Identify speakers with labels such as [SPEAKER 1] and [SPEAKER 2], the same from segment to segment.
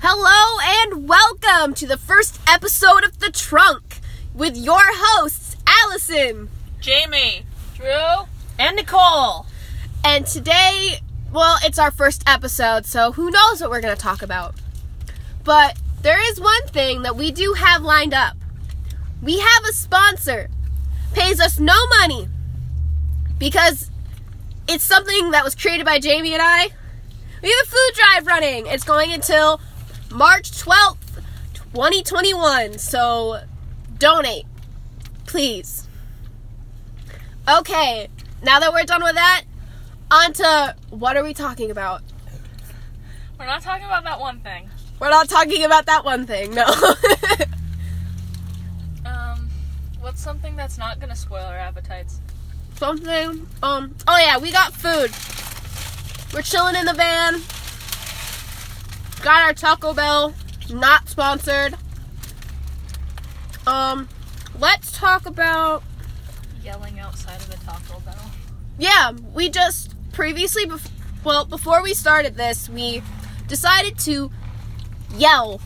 [SPEAKER 1] Hello and welcome to the first episode of The Trunk with your hosts, Allison.
[SPEAKER 2] Jamie, Drew, and Nicole.
[SPEAKER 1] And today, well, it's our first episode, so who knows what we're going to talk about. But there is one thing that we do have lined up. We have a sponsor, pays us no money because it's something that was created by Jamie and I. We have a food drive running. It's going until March 12th, 2021. So donate, please. Okay, now that we're done with that, on to what are we talking about?
[SPEAKER 2] We're not talking about that one thing.
[SPEAKER 1] We're not talking about that one thing, no.
[SPEAKER 2] Um, what's something that's not gonna spoil our appetites?
[SPEAKER 1] Something. Um. Oh yeah, we got food. We're chilling in the van. Got our Taco Bell. Not sponsored. Um. Let's talk about.
[SPEAKER 2] Yelling outside of the Taco Bell.
[SPEAKER 1] Yeah, we just previously, bef- well, before we started this, we decided to yell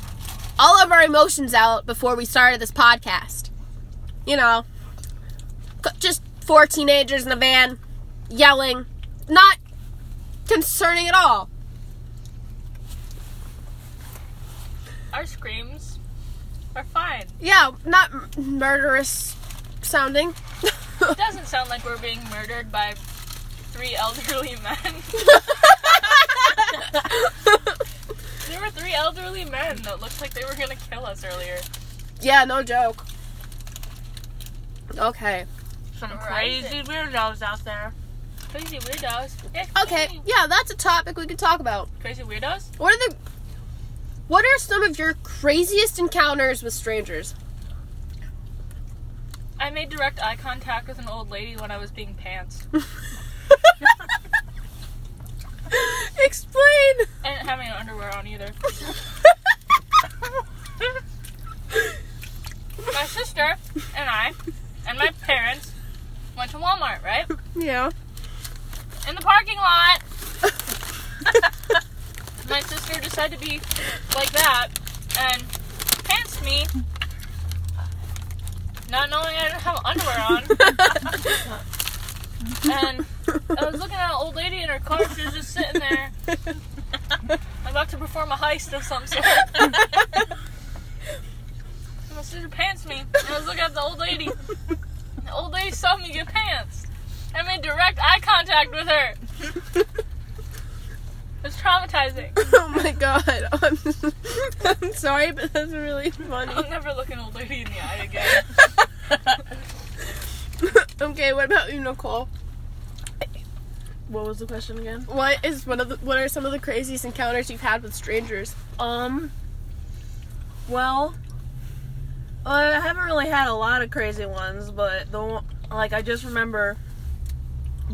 [SPEAKER 1] all of our emotions out before we started this podcast. You know, c- just four teenagers in a van yelling, not concerning at all.
[SPEAKER 2] Our screams are fine.
[SPEAKER 1] Yeah, not m- murderous sounding.
[SPEAKER 2] It doesn't sound like we're being murdered by three elderly men. there were three elderly men that looked like they were gonna kill us earlier.
[SPEAKER 1] yeah, no joke. Okay.
[SPEAKER 3] Some
[SPEAKER 2] Right.
[SPEAKER 3] crazy weirdos out there.
[SPEAKER 2] Crazy weirdos. Yeah,
[SPEAKER 1] Okay,
[SPEAKER 2] crazy-
[SPEAKER 1] yeah, that's a topic we could talk about.
[SPEAKER 2] Crazy weirdos?
[SPEAKER 1] What are the What are some of your craziest encounters with strangers?
[SPEAKER 2] I made direct eye contact with an old lady when I was being pants.
[SPEAKER 1] Explain.
[SPEAKER 2] I didn't have any underwear on either. my sister and I and my parents went to Walmart, right?
[SPEAKER 1] yeah.
[SPEAKER 2] In the parking lot. my sister decided to be like that and pants me, not knowing I didn't have underwear on. And I was looking at an old lady in her car. She was just sitting there, about to perform a heist of some sort. and my sister pants me. And I was looking at the old lady. The old lady saw me get pants. I made direct eye contact with her. It was traumatizing.
[SPEAKER 1] oh my god. I'm, I'm sorry, but that's really funny.
[SPEAKER 2] I'll never look an old lady in the eye again.
[SPEAKER 1] okay, what about you, Nicole?
[SPEAKER 3] What was the question again?
[SPEAKER 1] What is one of the What are some of the craziest encounters you've had with strangers?
[SPEAKER 3] Um. Well, I haven't really had a lot of crazy ones, but the one- like I just remember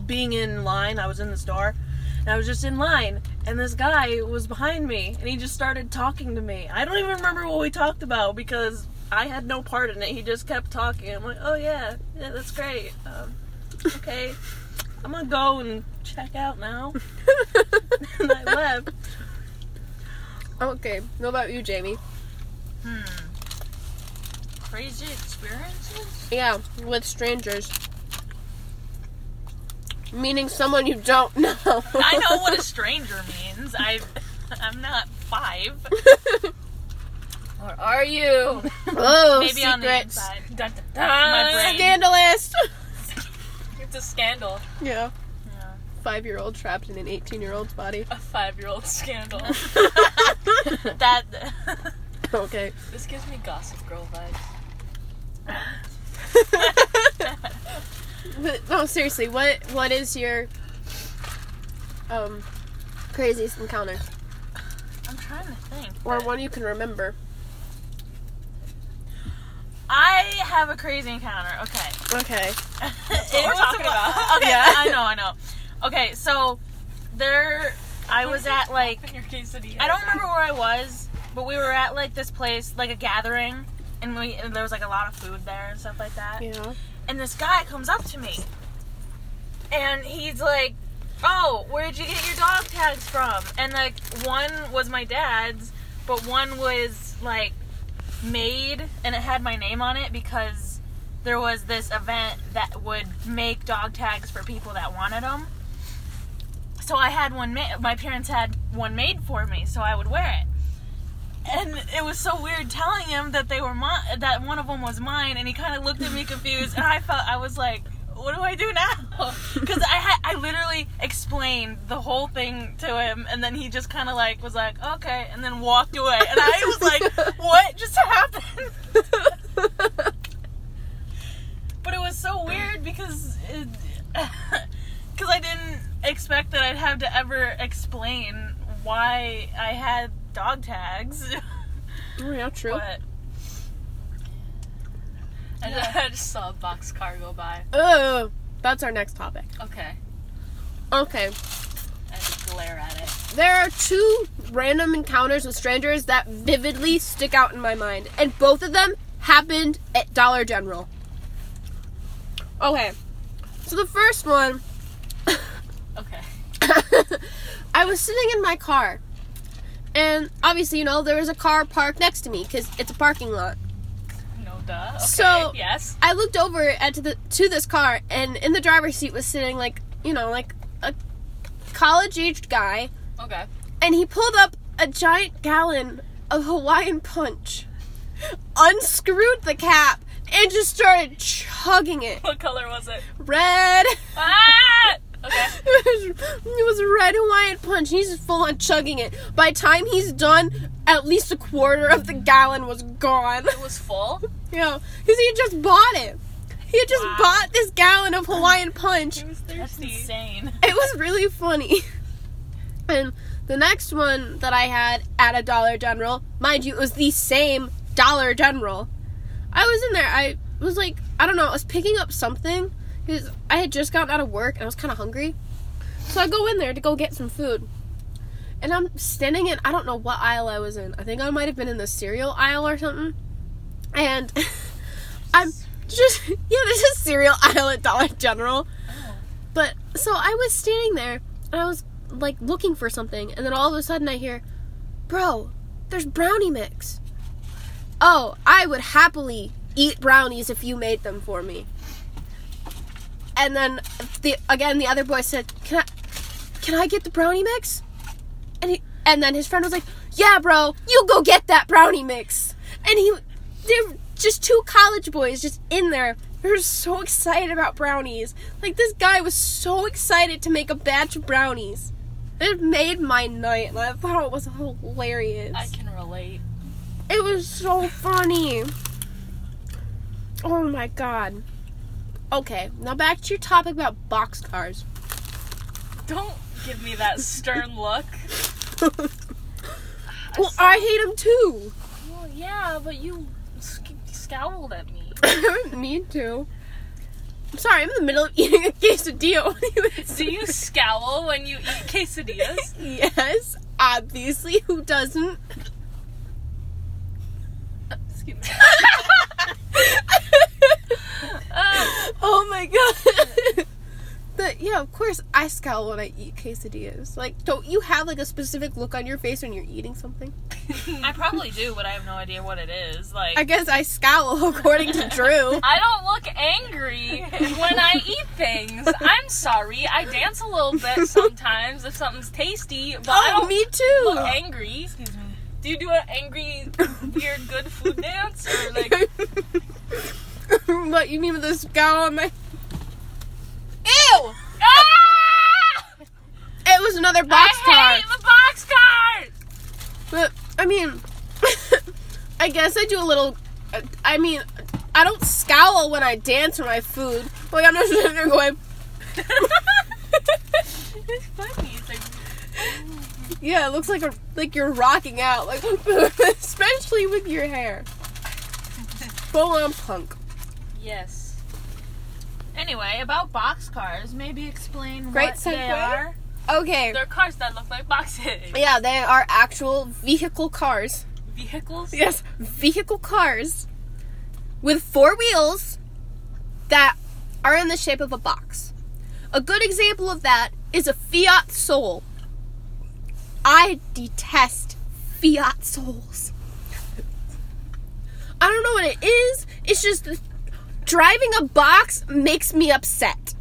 [SPEAKER 3] being in line. I was in the store, and I was just in line, and this guy was behind me, and he just started talking to me. I don't even remember what we talked about because I had no part in it. He just kept talking. I'm like, oh yeah, yeah, that's great. Um, okay, I'm gonna go and check out now. and I left.
[SPEAKER 1] okay, what about you, Jamie?
[SPEAKER 2] Hmm. Crazy experiences?
[SPEAKER 1] Yeah, with strangers. Meaning someone you don't know.
[SPEAKER 4] I know what a stranger means. I, I'm not five.
[SPEAKER 2] Or are you?
[SPEAKER 1] oh,
[SPEAKER 4] Maybe on the
[SPEAKER 1] secrets.
[SPEAKER 4] inside.
[SPEAKER 2] Dun, dun, dun.
[SPEAKER 4] My brain.
[SPEAKER 1] Scandalous.
[SPEAKER 2] It's a scandal.
[SPEAKER 1] yeah.
[SPEAKER 4] Yeah.
[SPEAKER 1] Five year old trapped in an 18 year old's body.
[SPEAKER 2] A five year old scandal.
[SPEAKER 4] That.
[SPEAKER 1] Okay.
[SPEAKER 2] this gives me gossip girl vibes.
[SPEAKER 1] But, no, seriously, what what is your um craziest encounter?
[SPEAKER 4] I'm trying to think.
[SPEAKER 1] Or
[SPEAKER 4] but
[SPEAKER 1] one you can remember.
[SPEAKER 4] I have a crazy encounter. Okay.
[SPEAKER 1] Okay.
[SPEAKER 4] That's
[SPEAKER 2] we're talking about.
[SPEAKER 4] Okay.
[SPEAKER 1] Yeah.
[SPEAKER 4] I know. I know. Okay. So there, I was at like
[SPEAKER 2] In your quesadilla.
[SPEAKER 4] I don't remember where I was, but we were at like this place, like a gathering, and we and there was like a lot of food there and stuff like that.
[SPEAKER 1] Yeah.
[SPEAKER 4] and this guy comes up to me and he's like oh where'd you get your dog tags from and like one was my dad's but one was like made and it had my name on it because there was this event that would make dog tags for people that wanted them. So I had one made. My parents had one made for me, so I would wear it. And it was so weird telling him that they were mi- that one of them was mine, and he kind of looked at me confused, and I felt I was like, "What do I do now?" Because I had I literally explained the whole thing to him, and then he just kind of like was like, "Okay," and then walked away, and I was like, "What just happened?" but it was so weird because because I didn't expect that I'd have to ever explain why I had dog tags.
[SPEAKER 1] Oh, yeah, true.
[SPEAKER 4] but
[SPEAKER 2] I just, I just saw a box car go by.
[SPEAKER 1] Ugh, Oh, that's our next topic.
[SPEAKER 2] Okay.
[SPEAKER 1] Okay,
[SPEAKER 2] I just glare at it.
[SPEAKER 1] there are two random encounters with strangers that vividly stick out in my mind, and both of them happened at Dollar General. Okay, so the first one,
[SPEAKER 2] Okay.
[SPEAKER 1] I was sitting in my car, and obviously, you know, there was a car parked next to me because it's a parking lot.
[SPEAKER 2] No duh. Okay.
[SPEAKER 1] So-
[SPEAKER 2] yes.
[SPEAKER 1] I looked over at to the to this car, and in the driver's seat was sitting like you know like a college-aged guy,
[SPEAKER 2] Okay.
[SPEAKER 1] and he pulled up a giant gallon of Hawaiian punch, unscrewed the cap, and just started chugging it.
[SPEAKER 2] What color was it?
[SPEAKER 1] Red.
[SPEAKER 2] Ah! Okay.
[SPEAKER 1] it was red Hawaiian punch. He's just full on chugging it. By the time he's done, at least a quarter of the gallon was gone.
[SPEAKER 2] It was full.
[SPEAKER 1] You know, because he had just bought it. He had just bought this gallon of Hawaiian punch.
[SPEAKER 2] He was
[SPEAKER 4] that's
[SPEAKER 2] thirsty.
[SPEAKER 4] insane.
[SPEAKER 1] It was really funny. And the next one that I had at a Dollar General, mind you, it was the same Dollar General. I was in there. I was like, I don't know. I was picking up something because I had just gotten out of work and I was kind of hungry. So I go in there to go get some food. And I'm standing in, I don't know what aisle I was in. I think I might have been in the cereal aisle or something. And I'm just, yeah, there's a cereal aisle at Dollar General. But so I was standing there and I was like looking for something. And then all of a sudden I hear, Bro, there's brownie mix. Oh, I would happily eat brownies if you made them for me. And then the again the other boy said, "Can I can I get the brownie mix?" And he and then his friend was like, "Yeah, bro, you go get that brownie mix." And he they're just two college boys just in there. They were so excited about brownies. Like this guy was so excited to make a batch of brownies. It made my night. and I thought it was hilarious.
[SPEAKER 2] I can relate.
[SPEAKER 1] It was so funny. Oh my god. Okay, now back to your topic about boxcars.
[SPEAKER 2] Don't give me that stern look.
[SPEAKER 1] Well, I hate them too.
[SPEAKER 2] Well, yeah, but you sc- scowled at me.
[SPEAKER 1] I didn't mean to. I'm sorry, I'm in the middle of eating a quesadilla.
[SPEAKER 2] Do you scowl when you eat quesadillas?
[SPEAKER 1] Yes, obviously. Who doesn't?
[SPEAKER 2] Excuse me.
[SPEAKER 1] oh my god. but yeah, of course I scowl when I eat quesadillas. Like, don't you have like a specific look on your face when you're eating something?
[SPEAKER 4] I probably do, but I have no idea what it is. Like
[SPEAKER 1] I guess I scowl according to Drew.
[SPEAKER 2] I don't look angry when I eat things. I'm sorry. I dance a little bit sometimes if something's tasty, but I
[SPEAKER 1] Oh,
[SPEAKER 2] don't
[SPEAKER 1] me too.
[SPEAKER 2] look angry. Excuse me. Do you do an angry, weird, good food dance? Or like,
[SPEAKER 1] what you mean with the scowl on my? Ew!
[SPEAKER 2] ah!
[SPEAKER 1] It was another
[SPEAKER 2] I
[SPEAKER 1] boxcar.
[SPEAKER 2] hate the box cars.
[SPEAKER 1] But I mean, I guess I do a little. I mean, I don't scowl when I dance for my food. Like I'm not sitting there going.
[SPEAKER 2] It's funny. It's like,
[SPEAKER 1] Yeah, it looks like a like you're rocking out, like especially with your hair. Full on punk.
[SPEAKER 2] yes.
[SPEAKER 4] anyway, about boxcars, maybe explain
[SPEAKER 1] Great
[SPEAKER 4] what they
[SPEAKER 1] segue.
[SPEAKER 4] are.
[SPEAKER 1] Okay.
[SPEAKER 2] They're cars that look like boxes.
[SPEAKER 1] Yeah, they are actual vehicle cars.
[SPEAKER 2] Vehicles?
[SPEAKER 1] Yes, vehicle cars with four wheels that are in the shape of a box. A good example of that is a Fiat Soul. I detest fiat souls. I don't know what it is. It's just the- driving a box makes me upset.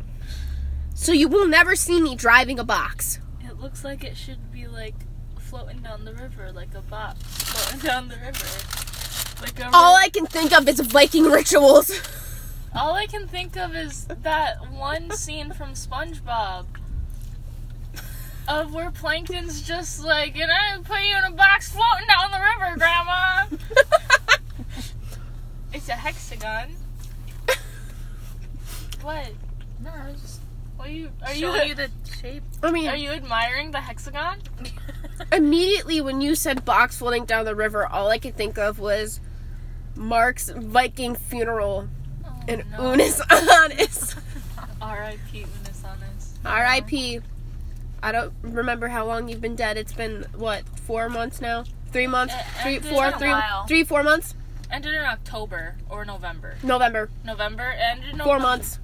[SPEAKER 1] So you will never see me driving a box.
[SPEAKER 2] It looks like it should be like floating down the river, like a box floating down the river. Like a
[SPEAKER 1] All
[SPEAKER 2] ri-
[SPEAKER 1] I can think of is Viking rituals.
[SPEAKER 2] all I can think of is that one scene from SpongeBob. Of where Plankton's just like, and I put you in a box floating down the river, Grandma. It's a hexagon. what? No, I was just. What are you? Are you,
[SPEAKER 4] Show you the shape.
[SPEAKER 1] I mean,
[SPEAKER 2] Are you admiring the hexagon?
[SPEAKER 1] immediately when you said box floating down the river, all I could think of was Mark's Viking funeral
[SPEAKER 2] Oh,
[SPEAKER 1] and
[SPEAKER 2] no.
[SPEAKER 1] Unis Honest.
[SPEAKER 2] R.I.P. Unis Honest.
[SPEAKER 1] R.I.P. I don't remember how long you've been dead. It's been what four months now? Three months?
[SPEAKER 2] It-
[SPEAKER 1] Three,
[SPEAKER 2] it's
[SPEAKER 1] four,
[SPEAKER 2] been a
[SPEAKER 1] three,
[SPEAKER 4] while.
[SPEAKER 1] three, four months?
[SPEAKER 2] Ended in October or November.
[SPEAKER 1] November.
[SPEAKER 2] November ended in
[SPEAKER 1] Four
[SPEAKER 2] November.
[SPEAKER 1] months.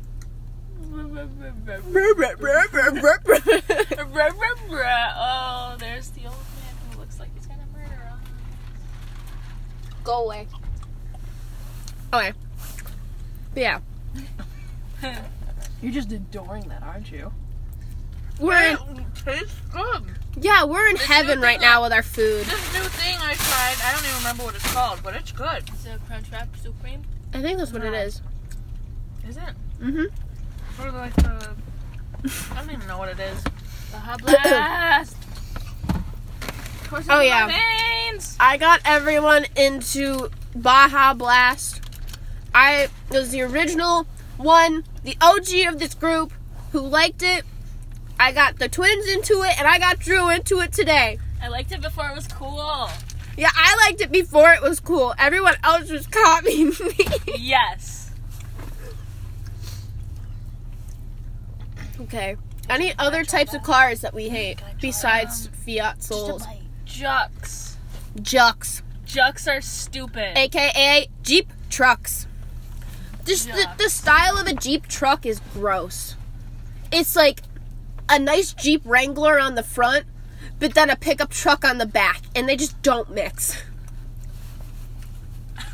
[SPEAKER 2] Ruh, ruh, ruh. Oh, there's the old man who looks like he's gonna murder us.
[SPEAKER 1] Go away. Okay. But yeah,
[SPEAKER 3] You're just adoring that, aren't you?
[SPEAKER 1] we're in,
[SPEAKER 4] Tastes good.
[SPEAKER 1] yeah we're in heaven right now with our food.
[SPEAKER 4] This new thing I tried, I don't even remember what it's called, but it's good.
[SPEAKER 2] Is it Crunchwrap Supreme?
[SPEAKER 1] I think that's what it is.
[SPEAKER 4] Is it?
[SPEAKER 1] Mm-hmm.
[SPEAKER 4] Or like the. I don't even know what it is.
[SPEAKER 2] Baja Blast. Coursing
[SPEAKER 1] Oh,
[SPEAKER 2] through
[SPEAKER 1] yeah.
[SPEAKER 2] My veins.
[SPEAKER 1] I got everyone into Baja Blast. I was the original one, the OG of this group who liked it. I got the twins into it, and I got Drew into it today.
[SPEAKER 2] I liked it before it was cool.
[SPEAKER 1] Yeah, I liked it before it was cool. Everyone else was copying me.
[SPEAKER 2] Yes.
[SPEAKER 1] okay. Any other types of cars that we hate besides Fiat Souls?
[SPEAKER 2] Jucks.
[SPEAKER 1] Jux,
[SPEAKER 2] Jucks are stupid.
[SPEAKER 1] aka Jeep trucks. Just the, the style of a Jeep truck is gross. It's like a nice Jeep Wrangler on the front, but then a pickup truck on the back, and they just don't mix.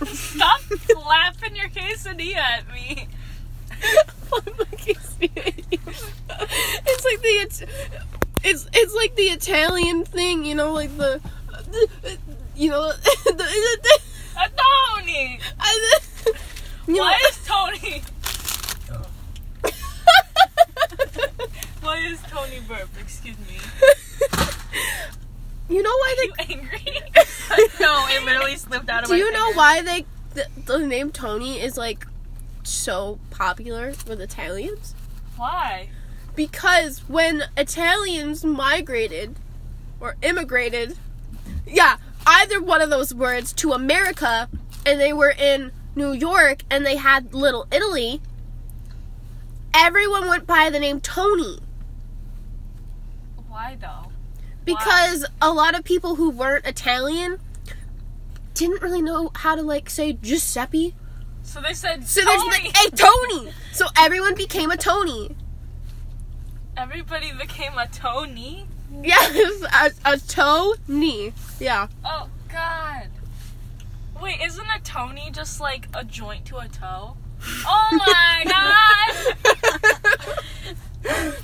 [SPEAKER 2] Stop laughing your quesadilla at me.
[SPEAKER 1] it's like the it's, it's it's like the Italian thing, you know, like the, you know, the,
[SPEAKER 2] Uh, Tony! Why is Tony? Why is Tony burp? Excuse me.
[SPEAKER 1] You know why
[SPEAKER 2] You angry?
[SPEAKER 1] they
[SPEAKER 4] No, it literally slipped out of
[SPEAKER 1] Do
[SPEAKER 4] my
[SPEAKER 1] you know
[SPEAKER 4] fingers.
[SPEAKER 1] why they the, the name Tony is like so popular with Italians?
[SPEAKER 2] Why?
[SPEAKER 1] Because when Italians migrated or immigrated, yeah, either one of those words to America and they were in New York and they had Little Italy, everyone went by the name Tony.
[SPEAKER 2] Why though?
[SPEAKER 1] because a lot of people who weren't Italian didn't really know how to like say Giuseppe.
[SPEAKER 2] So they said
[SPEAKER 1] So there's
[SPEAKER 2] Tony.
[SPEAKER 1] like a Tony. So everyone became a Tony.
[SPEAKER 2] Everybody became a Tony.
[SPEAKER 1] Yes, a, a Tony. Yeah.
[SPEAKER 2] Oh God. Wait, isn't a Tony just like a joint to a toe? Oh my God!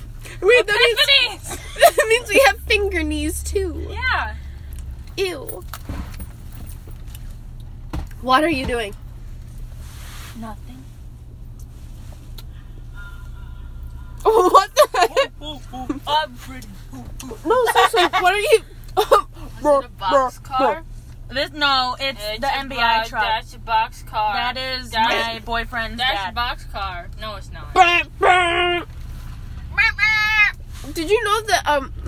[SPEAKER 1] Wait, that
[SPEAKER 2] Tiffany's.
[SPEAKER 1] means, that means we have finger knees too.
[SPEAKER 2] Yeah.
[SPEAKER 1] Ew. What are you doing?
[SPEAKER 2] Nothing.
[SPEAKER 1] what the heck?
[SPEAKER 2] I'm
[SPEAKER 4] Um,
[SPEAKER 2] pretty.
[SPEAKER 1] No, seriously, what are you?
[SPEAKER 2] Was it a box car?
[SPEAKER 4] This no, it's,
[SPEAKER 2] It's
[SPEAKER 4] the
[SPEAKER 2] a
[SPEAKER 4] MBI
[SPEAKER 2] bo-
[SPEAKER 4] truck.
[SPEAKER 2] That's a box car.
[SPEAKER 4] that is
[SPEAKER 2] That's-
[SPEAKER 4] my boyfriend's
[SPEAKER 2] That's
[SPEAKER 4] dad.
[SPEAKER 2] a box car. No, it's not.
[SPEAKER 1] Did you know that um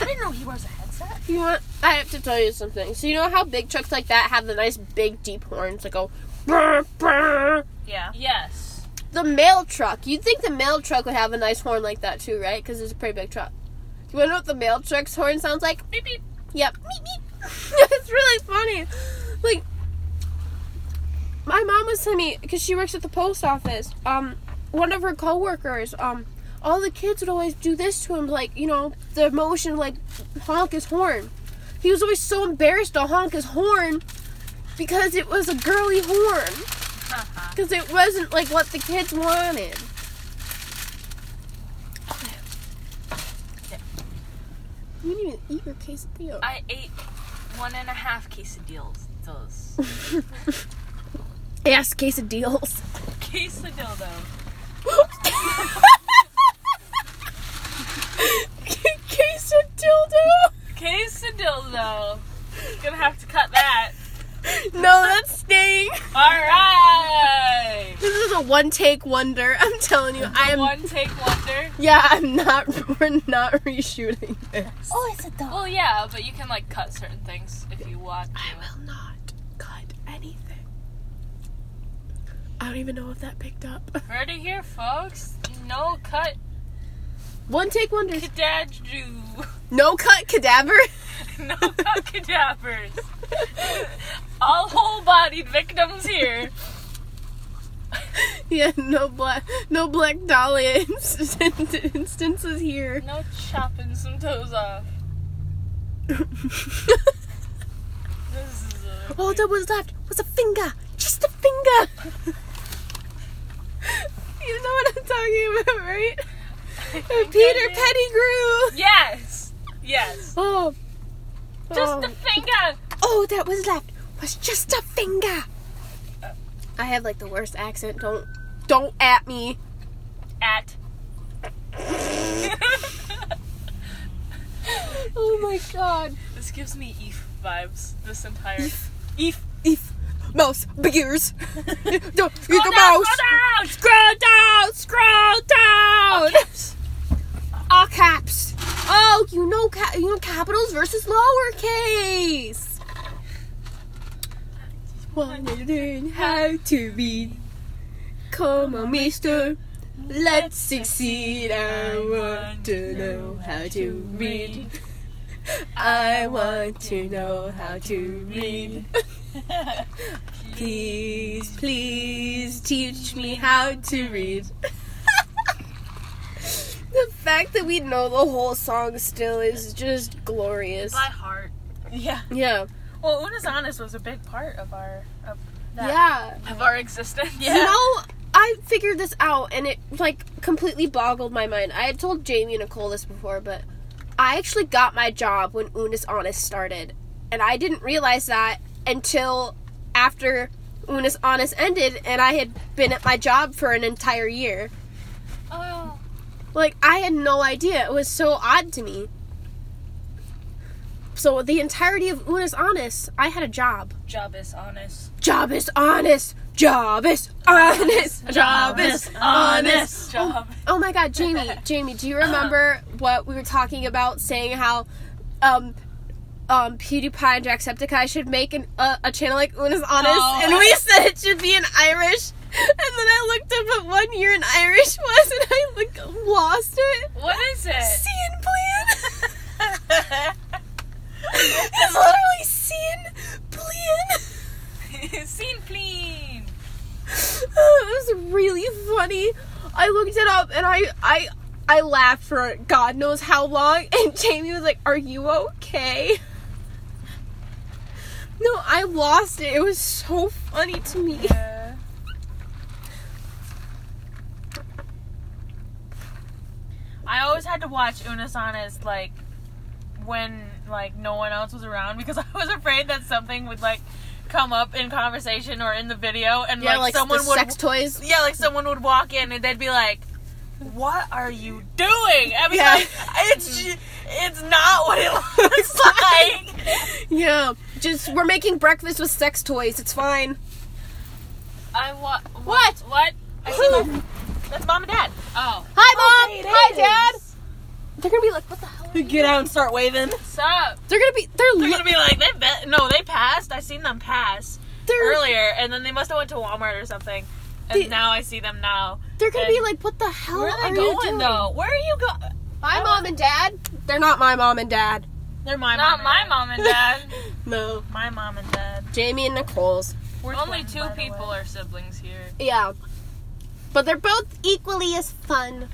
[SPEAKER 4] I didn't know he wears a headset.
[SPEAKER 1] You want? I have to tell you something. So you know how big trucks like that have the nice big deep horns that go. brr, brr?
[SPEAKER 4] Yeah.
[SPEAKER 2] Yes.
[SPEAKER 1] The mail truck. You'd think the mail truck would have a nice horn like that too, right? Because it's a pretty big truck. You wanna know what the mail truck's horn sounds like?
[SPEAKER 2] Beep beep.
[SPEAKER 1] Yep. Meep, meep. it's really funny. Like, my mom was telling me because she works at the post office. Um, one of her coworkers. Um, all the kids would always do this to him, like you know, the motion, like honk his horn. He was always so embarrassed to honk his horn because it was a girly horn.
[SPEAKER 2] Uh-huh.
[SPEAKER 1] Because it wasn't like what the kids wanted. You didn't even eat your quesadilla.
[SPEAKER 2] I ate one and a half quesadillas. Those
[SPEAKER 1] Ass quesadillas.
[SPEAKER 2] quesadillas.
[SPEAKER 1] quesadildo.
[SPEAKER 2] Quesadillas. Gonna have to cut that.
[SPEAKER 1] No, that's staying.
[SPEAKER 2] All right.
[SPEAKER 1] This is a one take wonder. I'm telling you. I am.
[SPEAKER 2] One take wonder.
[SPEAKER 1] Yeah, I'm not. We're not reshooting this.
[SPEAKER 2] Well, yeah, but you can like cut certain things if you want.
[SPEAKER 1] I will not cut anything. I don't even know if that picked up.
[SPEAKER 2] Heard it here, folks. No cut,
[SPEAKER 1] One take wonders.
[SPEAKER 2] cadadru.
[SPEAKER 1] No cut cadaver.
[SPEAKER 2] No cut cadavers. All whole-bodied victims here.
[SPEAKER 1] yeah, no black, no black dolly instant, instances here.
[SPEAKER 2] No chopping some toes off. This is a
[SPEAKER 1] All that was left was a finger, just a finger. you know what I'm talking about, right? Peter Pettigrew.
[SPEAKER 2] yes, yes.
[SPEAKER 1] Oh,
[SPEAKER 2] Just
[SPEAKER 1] oh.
[SPEAKER 2] the finger.
[SPEAKER 1] All that was left was just a finger. I have like the worst accent. Don't, don't at me.
[SPEAKER 2] At.
[SPEAKER 1] Oh my god.
[SPEAKER 2] this gives me Eve vibes. This entire.
[SPEAKER 1] If, if, mouse, big ears. you the
[SPEAKER 2] down,
[SPEAKER 1] mouse. Scroll down, scroll down. All caps. Oh, you know, ca- you know, capitals versus lowercase. Wondering how to read. Come on, Mister. Let's succeed. I want to know how to read. I want to know how to read. Please, please teach me how to read. the fact that we know the whole song still is just glorious.
[SPEAKER 2] By heart.
[SPEAKER 4] Yeah.
[SPEAKER 1] Yeah.
[SPEAKER 2] Well, Una's honest was a big part of our of
[SPEAKER 1] Yeah.
[SPEAKER 2] of our existence.
[SPEAKER 1] You know, I figured this out and it like completely boggled my mind. I had told Jamie and Nicole this before, but I actually got my job when Unis Honest started. And I didn't realize that until after Unis Honest ended and I had been at my job for an entire year.
[SPEAKER 2] Oh.
[SPEAKER 1] Like I had no idea. It was so odd to me. So the entirety of Unis Honest, I had a job.
[SPEAKER 2] Job is honest.
[SPEAKER 1] Job is honest. Job is honest. Job is honest.
[SPEAKER 2] Job.
[SPEAKER 1] Oh my God, Jamie, Jamie, do you remember what we were talking about? Saying how, um, um, PewDiePie and Jacksepticeye should make an, uh, a channel like Una's Honest,
[SPEAKER 2] Oh.
[SPEAKER 1] and we said it should be in Irish. And then I looked up what one year in Irish was, and I like lost it.
[SPEAKER 2] What is it?
[SPEAKER 1] Scene plan. it's literally scene plan.
[SPEAKER 2] Scene clean.
[SPEAKER 1] Oh, it was really funny. I looked it up and I I I laughed for God knows how long and Jamie was like, "Are you okay?" No, I lost it. It was so funny to me.
[SPEAKER 2] Yeah.
[SPEAKER 4] I always had to watch Unisana's like when like no one else was around because I was afraid that something would like come up in conversation or in the video and
[SPEAKER 1] Yeah,
[SPEAKER 4] like,
[SPEAKER 1] like,
[SPEAKER 4] someone
[SPEAKER 1] the
[SPEAKER 4] would
[SPEAKER 1] sex toys.
[SPEAKER 4] Yeah, like someone would walk in and they'd be like, "What are you doing?" I mean,
[SPEAKER 1] Yeah.
[SPEAKER 4] like, it's ju- it's not what it looks like.
[SPEAKER 1] Yeah, just we're making breakfast with sex toys. It's fine.
[SPEAKER 2] I wa-
[SPEAKER 1] What?
[SPEAKER 2] What? I see my-
[SPEAKER 4] That's mom and dad.
[SPEAKER 2] oh.
[SPEAKER 1] Hi,
[SPEAKER 4] Okay,
[SPEAKER 1] mom.
[SPEAKER 4] it
[SPEAKER 1] Hi,
[SPEAKER 4] is.
[SPEAKER 1] dad. They're gonna be like, "What the hell?"
[SPEAKER 4] Get out and start waving.
[SPEAKER 2] Sup?
[SPEAKER 1] They're gonna be. They're
[SPEAKER 4] They're
[SPEAKER 1] li-
[SPEAKER 4] gonna be like, "They bet no, they passed. I seen them pass
[SPEAKER 1] they're
[SPEAKER 4] earlier, and then they must have went to Walmart or something." And
[SPEAKER 1] They-
[SPEAKER 4] now I see them now.
[SPEAKER 1] They're gonna be like, "What the hell
[SPEAKER 4] Where are they
[SPEAKER 1] you
[SPEAKER 4] going
[SPEAKER 1] doing?"
[SPEAKER 4] though? Where are you going?
[SPEAKER 1] My mom and dad. They're not my mom and dad.
[SPEAKER 4] They're my
[SPEAKER 2] Not
[SPEAKER 4] mom.
[SPEAKER 2] my
[SPEAKER 4] and
[SPEAKER 2] mom and dad.
[SPEAKER 1] No.
[SPEAKER 4] dad. My mom and dad.
[SPEAKER 1] Jamie and Nicole's.
[SPEAKER 4] We're
[SPEAKER 2] Only
[SPEAKER 4] twins,
[SPEAKER 2] two
[SPEAKER 4] by the way.
[SPEAKER 2] people are siblings here.
[SPEAKER 1] Yeah. But they're both equally as fun.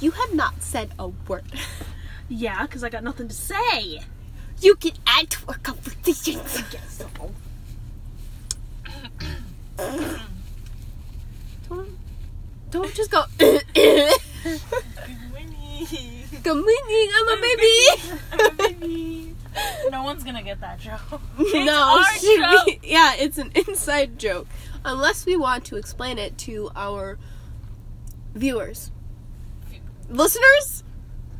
[SPEAKER 1] You have not said a word.
[SPEAKER 4] Yeah, because I got nothing to say.
[SPEAKER 1] You can add to our conversation. Yes. don't, don't just go.
[SPEAKER 4] Winnie.
[SPEAKER 1] Good morning, I'm a baby.
[SPEAKER 4] I'm a baby. No one's gonna get that joke.
[SPEAKER 1] no,
[SPEAKER 2] our
[SPEAKER 1] she-
[SPEAKER 2] joke.
[SPEAKER 1] yeah, it's an inside joke. Unless we want to explain it to our viewers, listeners,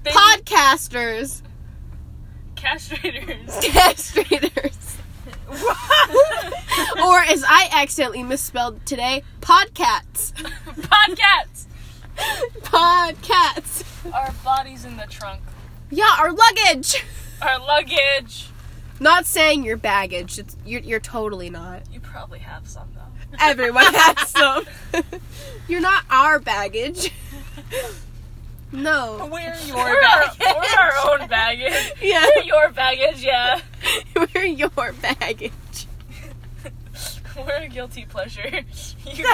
[SPEAKER 2] They-
[SPEAKER 1] podcasters,
[SPEAKER 2] Castrators.
[SPEAKER 1] castrators, or as I accidentally misspelled today, podcats,
[SPEAKER 2] Podcats.
[SPEAKER 1] podcats.
[SPEAKER 2] Our bodies in the trunk.
[SPEAKER 1] Yeah, our luggage.
[SPEAKER 2] Our luggage.
[SPEAKER 1] Not saying your baggage. It's, you're, you're totally not.
[SPEAKER 2] You probably have some though.
[SPEAKER 1] Everyone has some. You're not our baggage. No.
[SPEAKER 4] Where are
[SPEAKER 2] We're, our, we're our own baggage.
[SPEAKER 1] Yeah,
[SPEAKER 2] We're your baggage, yeah.
[SPEAKER 1] we're your baggage.
[SPEAKER 2] We're a guilty pleasure. You,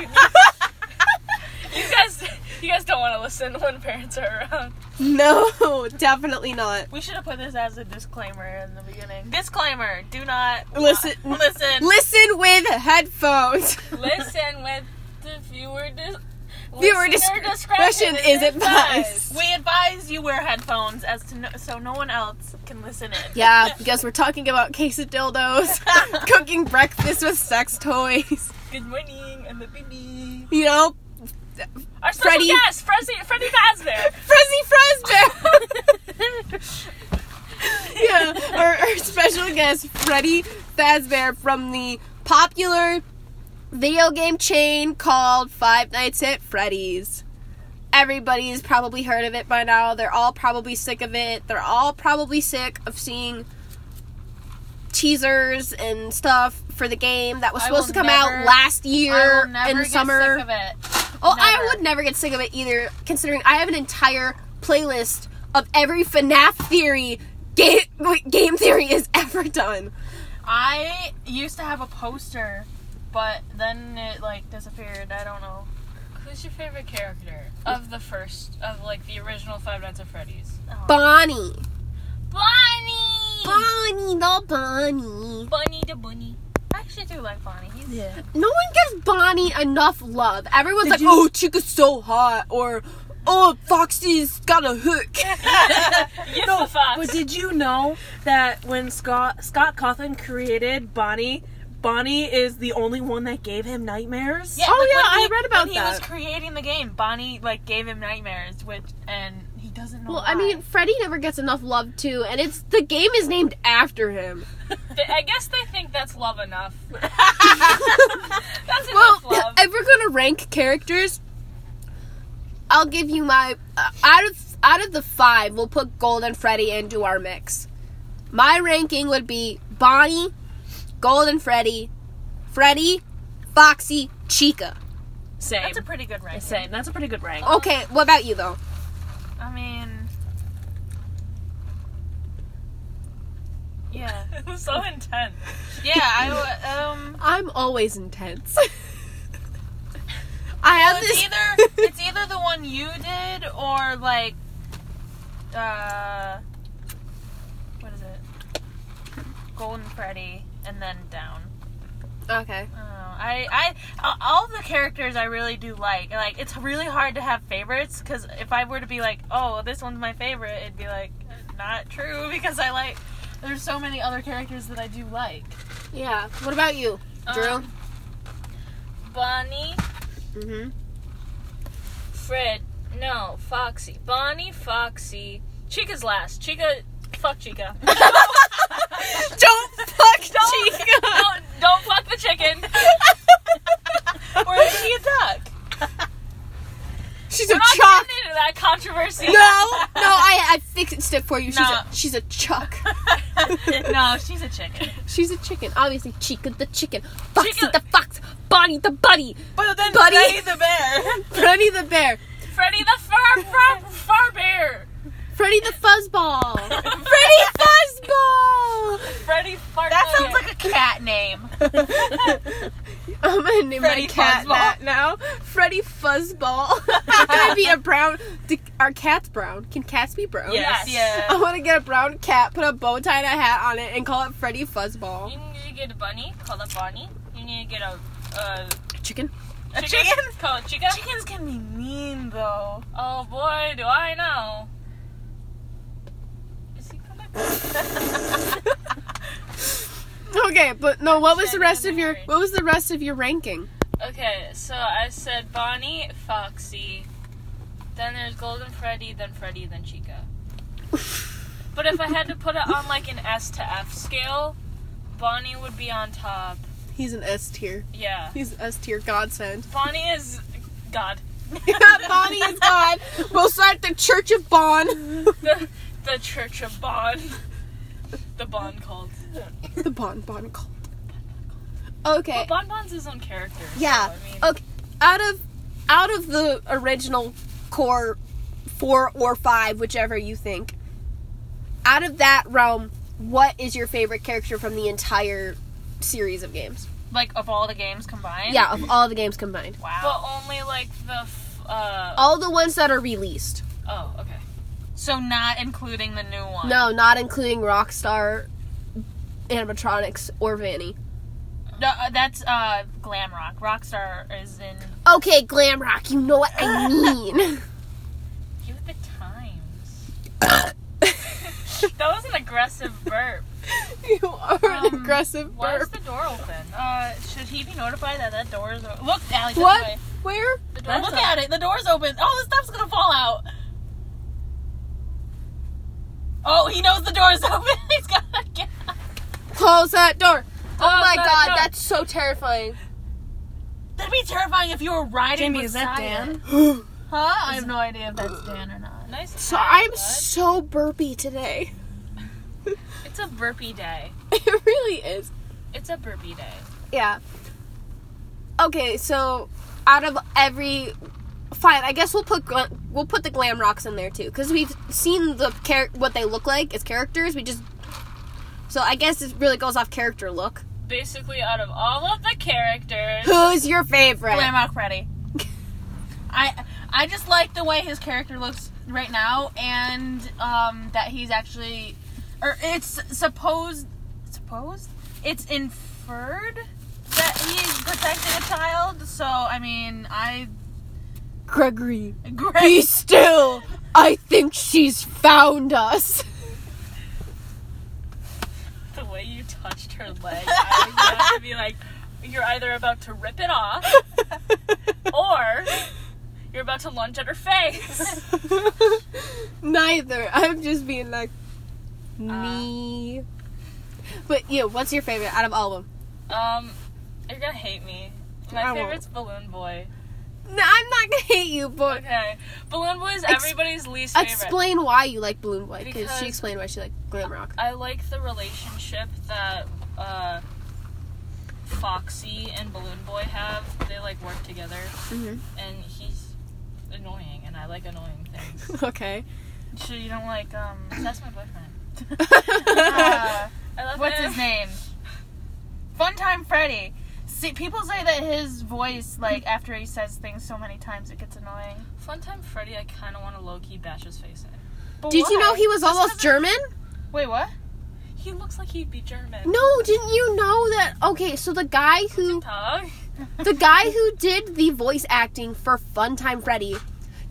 [SPEAKER 2] you guys, you guys don't want to listen when parents are around.
[SPEAKER 1] No, definitely not.
[SPEAKER 4] We should have put this as a disclaimer in the beginning. Disclaimer: Do not
[SPEAKER 1] Listen-
[SPEAKER 4] Listen.
[SPEAKER 1] Listen with headphones.
[SPEAKER 2] Listen with the viewer. Dis-
[SPEAKER 1] Viewer
[SPEAKER 2] listener
[SPEAKER 1] dis- discretion is advised.
[SPEAKER 4] We advise you wear headphones as to no, so no one else can listen in.
[SPEAKER 1] Yeah, because we're talking about case of dildos, cooking breakfast with sex toys.
[SPEAKER 2] Good morning, I'm a baby.
[SPEAKER 1] You know,
[SPEAKER 2] Our special
[SPEAKER 1] Freddy-
[SPEAKER 2] guest, Freddy, Freddy Fazbear.
[SPEAKER 1] Frizzy Fazbear. yeah, our, our special guest Freddy Fazbear from the popular video game chain called Five Nights at Freddy's. Everybody's probably heard of it by now. They're all probably sick of it. They're all probably sick of seeing teasers and stuff for the game that was
[SPEAKER 4] I
[SPEAKER 1] supposed
[SPEAKER 4] will
[SPEAKER 1] to come
[SPEAKER 4] never-
[SPEAKER 1] out last year
[SPEAKER 4] I will never
[SPEAKER 1] in
[SPEAKER 4] get
[SPEAKER 1] summer.
[SPEAKER 4] sick of it.
[SPEAKER 1] Oh, I
[SPEAKER 4] Never.
[SPEAKER 1] would never get sick of it either, considering I have an entire playlist of every FNAF theory game game theory is ever done.
[SPEAKER 4] I used to have a poster, but then it like disappeared. I don't know.
[SPEAKER 2] Who's your favorite character of the first of like the original Five Nights at Freddy's?
[SPEAKER 4] Oh.
[SPEAKER 1] Bonnie,
[SPEAKER 2] Bonnie.
[SPEAKER 1] Bonnie, the Bonnie.
[SPEAKER 2] Bunny the bunny.
[SPEAKER 4] I actually do like Bonnie. He's
[SPEAKER 3] Yeah.
[SPEAKER 1] No one gives Bonnie enough love. Everyone's like,
[SPEAKER 3] you-
[SPEAKER 1] "Oh, Chica's so hot," or "Oh, Foxy's got a hook."
[SPEAKER 2] Yes, the fox.
[SPEAKER 3] But did you know that when Scott Scott Cawthon created Bonnie, Bonnie is the only one that gave him nightmares?
[SPEAKER 1] Oh,
[SPEAKER 4] when
[SPEAKER 1] yeah, I read about
[SPEAKER 4] when
[SPEAKER 1] that.
[SPEAKER 4] He was creating the game. Bonnie like gave him nightmares, which and he doesn't know.
[SPEAKER 1] well, I
[SPEAKER 4] why.
[SPEAKER 1] mean, Freddy never gets enough love too, and it's the game is named after him.
[SPEAKER 2] They- I guess they think that's love enough. That's
[SPEAKER 1] Well,
[SPEAKER 2] enough love.
[SPEAKER 1] if we're gonna rank characters, I'll give you my uh, out of out of the five. We'll put Golden Freddy into our mix. My ranking would be Bonnie, Golden Freddy, Freddy, Foxy, Chica.
[SPEAKER 3] Same.
[SPEAKER 4] that's a pretty good rank.
[SPEAKER 3] Same. That's a pretty good rank.
[SPEAKER 1] Okay, what about you though?
[SPEAKER 4] I mean, yeah,
[SPEAKER 2] It was so intense.
[SPEAKER 4] yeah. I w- um,
[SPEAKER 1] I'm always intense. I have
[SPEAKER 4] it's
[SPEAKER 1] this.
[SPEAKER 4] either it's either the one you did or like, uh, what is it? Golden Freddy, and then down.
[SPEAKER 1] okay.
[SPEAKER 4] Oh, I, I, a- all the characters I really do like. Like, it's really hard to have favorites because if I were to be like, oh, this one's my favorite, it'd be like, not true because I like. There's so many other characters that I do like.
[SPEAKER 1] Yeah. What about you, Drew?
[SPEAKER 2] Um, Bonnie,
[SPEAKER 1] Mm-hmm.
[SPEAKER 2] Fred, no, Foxy. Bonnie, Foxy. Chica's last. Chica, fuck Chica.
[SPEAKER 1] Don't fuck Chica.
[SPEAKER 2] don't, don't fuck the chicken.
[SPEAKER 4] Or is she a duck?
[SPEAKER 1] She's a
[SPEAKER 2] I'm not
[SPEAKER 1] chalk
[SPEAKER 2] getting into that controversy.
[SPEAKER 1] No, no, I, I fixed it for you. She's,
[SPEAKER 4] No.
[SPEAKER 1] a, she's a chuck.
[SPEAKER 4] no, she's a chicken.
[SPEAKER 1] She's a chicken. Obviously, Chica the chicken. Foxy
[SPEAKER 2] Chica-
[SPEAKER 1] the fox. Bonnie the bunny.
[SPEAKER 4] But then
[SPEAKER 1] Buddy.
[SPEAKER 4] Freddy the bear.
[SPEAKER 1] Freddy the bear.
[SPEAKER 2] Freddy the fur, fur, fur bear.
[SPEAKER 1] Freddy the fuzzball. Freddy fuzzball.
[SPEAKER 2] Freddy fart.
[SPEAKER 4] That sounds like a cat name.
[SPEAKER 1] I'm gonna name
[SPEAKER 4] Freddy
[SPEAKER 1] my cat
[SPEAKER 4] Fuzzball.
[SPEAKER 1] that now. Freddy fuzzball. It's gonna be a brown. The, are cats brown? Can cats be brown?
[SPEAKER 4] Yes.
[SPEAKER 1] I want to get a brown cat, put a bow tie and a hat on it, and call it Freddy Fuzzball.
[SPEAKER 2] You need to get a bunny, call it Bonnie. You need to get a, a
[SPEAKER 1] Chicken.
[SPEAKER 4] A
[SPEAKER 2] chicken,
[SPEAKER 4] chicken?
[SPEAKER 2] call it Chica.
[SPEAKER 4] Chickens can be mean though.
[SPEAKER 2] Oh boy, do I know. Is he coming?
[SPEAKER 1] Okay, but no. What was the
[SPEAKER 2] Chicken
[SPEAKER 1] rest of your
[SPEAKER 2] memory.
[SPEAKER 1] What was the rest of your ranking?
[SPEAKER 2] Okay, so I said Bonnie, Foxy, then there's Golden Freddy, then Freddy, then Chica. but if I had to put it on like an S to F scale, Bonnie would be on top.
[SPEAKER 1] He's an S tier.
[SPEAKER 2] Yeah.
[SPEAKER 1] He's an S tier godsend.
[SPEAKER 2] Bonnie is God.
[SPEAKER 1] Bonnie is God. We'll start the Church of Bon.
[SPEAKER 2] The, the Church of Bon. The Bon cult.
[SPEAKER 1] the Bon Bon cult. Okay.
[SPEAKER 2] But Bon Bon's his own character. so,
[SPEAKER 1] Yeah.
[SPEAKER 2] I mean,
[SPEAKER 1] Okay. Out of out of the original core four or five, whichever you think. Out of that realm, what is your favorite character from the entire series of games?
[SPEAKER 4] Like of all the games combined.
[SPEAKER 1] Yeah, of all the games combined.
[SPEAKER 4] Wow.
[SPEAKER 2] But only like the. F- uh,
[SPEAKER 1] All the ones that are released.
[SPEAKER 2] oh, okay.
[SPEAKER 4] so not including the new one.
[SPEAKER 1] No, not including Rockstar, animatronics, or Vanny.
[SPEAKER 4] No, uh, that's uh glam rock. Rockstar is in
[SPEAKER 1] Okay, glam rock, you know what I mean.
[SPEAKER 2] You with the times. That was an aggressive burp.
[SPEAKER 1] you are an
[SPEAKER 4] Um,
[SPEAKER 1] aggressive
[SPEAKER 2] Why is
[SPEAKER 1] burp.
[SPEAKER 2] the door open?
[SPEAKER 4] uh should he be notified that that door is open? Look, Allie, this
[SPEAKER 1] What?
[SPEAKER 4] way.
[SPEAKER 1] Where?
[SPEAKER 2] The door's
[SPEAKER 4] Look
[SPEAKER 2] open.
[SPEAKER 4] at it. The door's open. All the stuff's gonna fall out. Oh, he knows the door's open. He's gotta get. out.
[SPEAKER 1] Close that door. oh my
[SPEAKER 2] that
[SPEAKER 1] god,
[SPEAKER 2] door.
[SPEAKER 1] that's so terrifying.
[SPEAKER 4] That'd be terrifying if you were riding.
[SPEAKER 3] Jamie,
[SPEAKER 4] with
[SPEAKER 3] is that
[SPEAKER 4] Silent.
[SPEAKER 3] Dan?
[SPEAKER 4] Huh? I have no idea if that's Dan or not.
[SPEAKER 2] Nice.
[SPEAKER 1] So
[SPEAKER 2] hat,
[SPEAKER 1] I'm
[SPEAKER 2] bud.
[SPEAKER 1] so burpy today.
[SPEAKER 2] It's a burpy day.
[SPEAKER 1] It really is.
[SPEAKER 2] It's a burpy day.
[SPEAKER 1] Yeah. Okay, so out of every fine, I guess we'll put gla- we'll put the glam rocks in there too cuz we've seen the char- what they look like as characters. We just So I guess it really goes off character look.
[SPEAKER 2] Basically, out of all of the characters,
[SPEAKER 1] Who's your favorite?
[SPEAKER 4] Glam rock ready. I I just like the way his character looks right now, and um that he's actually, or it's supposed supposed it's inferred that he's protecting a child. So I mean, I
[SPEAKER 1] Gregory. Be
[SPEAKER 4] great.
[SPEAKER 1] still. I think she's found us.
[SPEAKER 2] the way you touched her leg, I was about to be like, you're either about to rip it off, or you're about to lunge at her face.
[SPEAKER 1] Neither. I'm just being like me. But you, what's your favorite out of all of them?
[SPEAKER 2] Um, you're gonna hate me. My
[SPEAKER 1] I won't.
[SPEAKER 2] favorite's Balloon Boy.
[SPEAKER 1] No, I'm not gonna hate you, but
[SPEAKER 2] Okay, Balloon Boy is
[SPEAKER 1] Ex-
[SPEAKER 2] everybody's least favorite.
[SPEAKER 1] explain why you like Balloon Boy because
[SPEAKER 2] Because-
[SPEAKER 1] she explained why she liked glam rock.
[SPEAKER 2] I like the relationship that uh, Foxy and Balloon Boy have. They like work together,
[SPEAKER 1] Mhm.
[SPEAKER 2] and he's annoying, and I like annoying things.
[SPEAKER 1] Okay.
[SPEAKER 4] So you don't like um.
[SPEAKER 2] That's my boyfriend.
[SPEAKER 4] uh,
[SPEAKER 2] I love
[SPEAKER 4] what's
[SPEAKER 2] him.
[SPEAKER 4] his name? Funtime Freddy. See, people say that his voice, like after he says things so many times, it gets annoying.
[SPEAKER 2] Funtime Freddy. I kind of want to low key bash his face in.
[SPEAKER 4] But
[SPEAKER 1] Did you know
[SPEAKER 4] why?
[SPEAKER 1] he was almost German?
[SPEAKER 4] Wait, what?
[SPEAKER 2] He looks like he'd be German.
[SPEAKER 1] No, didn't you know that? Okay, so the guy who
[SPEAKER 2] Dog.
[SPEAKER 1] the guy who did the voice acting for Funtime Freddy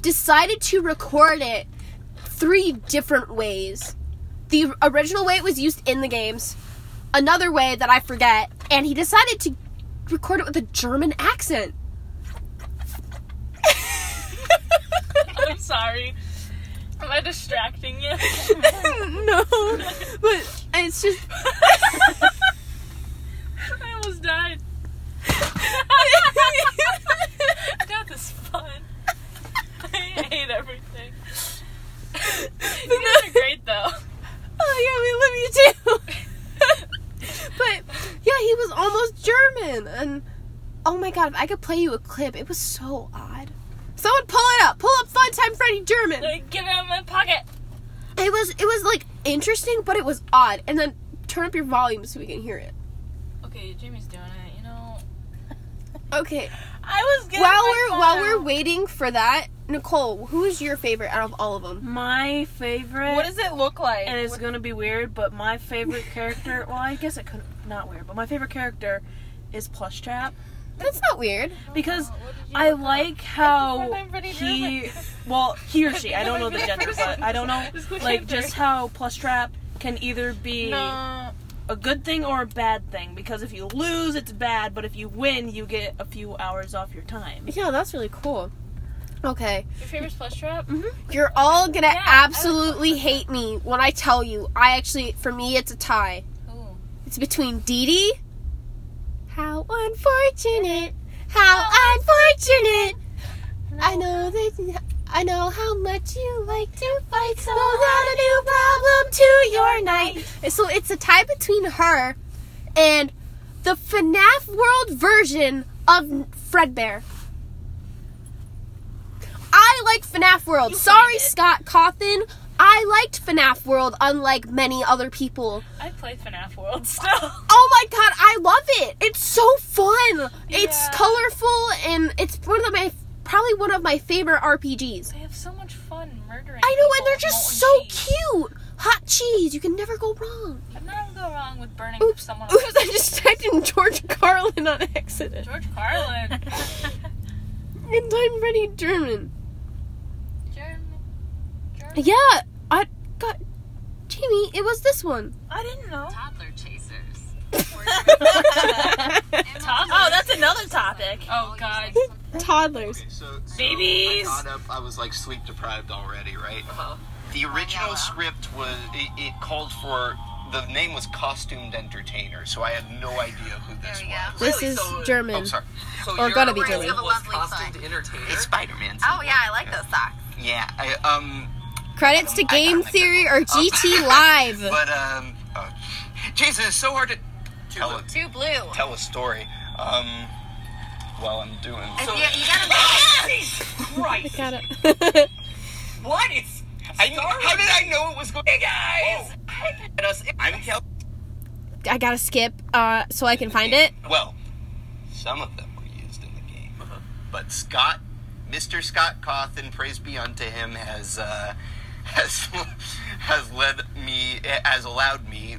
[SPEAKER 1] decided to record it three different ways. The original way it was used in the games, another way that I forget, and he decided to record it with a German accent.
[SPEAKER 2] I'm sorry. Am I distracting you?
[SPEAKER 1] no, but it's just
[SPEAKER 2] I almost died. Death is fun. I hate everything. You guys are great though.
[SPEAKER 1] Oh yeah, we love you too. but yeah, he was almost German, and oh my god, if I could play you a clip, it was so odd. Someone pull it up. Pull up Funtime Freddy German.
[SPEAKER 2] Like, give it out of my pocket.
[SPEAKER 1] It was it was like interesting, but it was odd. And then turn up your volume so we can hear it.
[SPEAKER 2] Okay, Jamie's doing it. You know,
[SPEAKER 1] Okay.
[SPEAKER 4] I was getting
[SPEAKER 1] While
[SPEAKER 4] my
[SPEAKER 1] we're
[SPEAKER 4] phone
[SPEAKER 1] while
[SPEAKER 4] out.
[SPEAKER 1] we're waiting for that, Nicole, who is your favorite out of all of them?
[SPEAKER 3] My favorite.
[SPEAKER 2] What does it look like?
[SPEAKER 3] and it's gonna be weird, but my favorite character. Well, I guess it could not weird, but my favorite character is Plush Chap
[SPEAKER 1] That's not weird.
[SPEAKER 3] because I like how
[SPEAKER 2] I'm pretty
[SPEAKER 3] he.
[SPEAKER 2] nervous.
[SPEAKER 3] Well, he or she. I don't know the
[SPEAKER 2] I'm pretty
[SPEAKER 3] gender, but I don't know.
[SPEAKER 2] nervous.
[SPEAKER 3] Like just how Plush Chap can either be
[SPEAKER 2] No.
[SPEAKER 3] a good thing or a bad thing because if you lose, it's bad, but if you win, you get a few hours off your time.
[SPEAKER 1] Yeah, that's really cool. Okay.
[SPEAKER 2] Your favorite plush trap?
[SPEAKER 1] You're all gonna
[SPEAKER 2] Mm-hmm. Yeah, I would
[SPEAKER 1] absolutely hate me when I tell you. I actually, for me, it's a tie.
[SPEAKER 2] Ooh.
[SPEAKER 1] It's between Dee Dee. How unfortunate. How unfortunate. I know that. I know how much you like to fight, so not a new problem to your night. So it's a tie between her and the FNAF World version of Fredbear. I like FNAF World. Sorry, Scott Cawthon. I liked FNAF World, unlike many other people.
[SPEAKER 2] I play FNAF World still.
[SPEAKER 1] Oh my god, I love it. It's so fun. It's
[SPEAKER 2] Yeah.
[SPEAKER 1] colorful and it's one of my probably one of my favorite RPGs.
[SPEAKER 2] they have so much fun murdering.
[SPEAKER 1] I know, and
[SPEAKER 2] people
[SPEAKER 1] they're
[SPEAKER 2] with
[SPEAKER 1] just so
[SPEAKER 2] molten cheese.
[SPEAKER 1] cute. Hot cheese, you can never go wrong.
[SPEAKER 2] I've never go wrong with burning
[SPEAKER 1] Oops,
[SPEAKER 2] someone.
[SPEAKER 1] oops, I just typed in George Carlin on accident.
[SPEAKER 2] George Carlin.
[SPEAKER 1] And I'm ready German.
[SPEAKER 2] German. German.
[SPEAKER 1] Yeah, I got Jamie, it was this one.
[SPEAKER 3] I didn't know.
[SPEAKER 5] Toddler chasers.
[SPEAKER 4] Oh, that's another topic.
[SPEAKER 2] Oh God.
[SPEAKER 1] Toddlers.
[SPEAKER 6] Okay, so, so
[SPEAKER 4] Babies.
[SPEAKER 6] I got up. I was like sleep deprived already, right?
[SPEAKER 5] Uh-huh.
[SPEAKER 6] The original script was it, it called for the name was costumed entertainer, so I had no idea who this
[SPEAKER 5] There you
[SPEAKER 6] was.
[SPEAKER 1] This
[SPEAKER 7] Really?
[SPEAKER 1] is
[SPEAKER 7] So-
[SPEAKER 1] German.
[SPEAKER 6] Oh, sorry.
[SPEAKER 7] So
[SPEAKER 1] Or
[SPEAKER 7] you're
[SPEAKER 1] gonna be
[SPEAKER 7] a
[SPEAKER 1] doing.
[SPEAKER 7] was
[SPEAKER 5] Lovely
[SPEAKER 7] costumed
[SPEAKER 5] fun.
[SPEAKER 7] entertainer.
[SPEAKER 6] It's Spider Man.
[SPEAKER 5] Oh yeah, I like those socks.
[SPEAKER 6] Yeah. I, um.
[SPEAKER 1] Credits to
[SPEAKER 6] I got
[SPEAKER 1] Game
[SPEAKER 6] an
[SPEAKER 1] Theory or
[SPEAKER 6] example.
[SPEAKER 1] GT Live.
[SPEAKER 6] But um. Uh, Jesus, it's so hard to tell a,
[SPEAKER 5] Two blue.
[SPEAKER 6] tell a story. Um. While I'm doing.
[SPEAKER 5] And you, you gotta make
[SPEAKER 6] Christ!
[SPEAKER 1] Got it.
[SPEAKER 6] What? It's. I, how did I know it was going? Hey
[SPEAKER 5] Oh,
[SPEAKER 6] guys! I'm Kel.
[SPEAKER 1] I gotta skip uh, so I can find it.
[SPEAKER 6] Well, some of them were used in the game, but Scott, Mr. Scott Cawthon, praise be unto him, has uh, has has led me has allowed me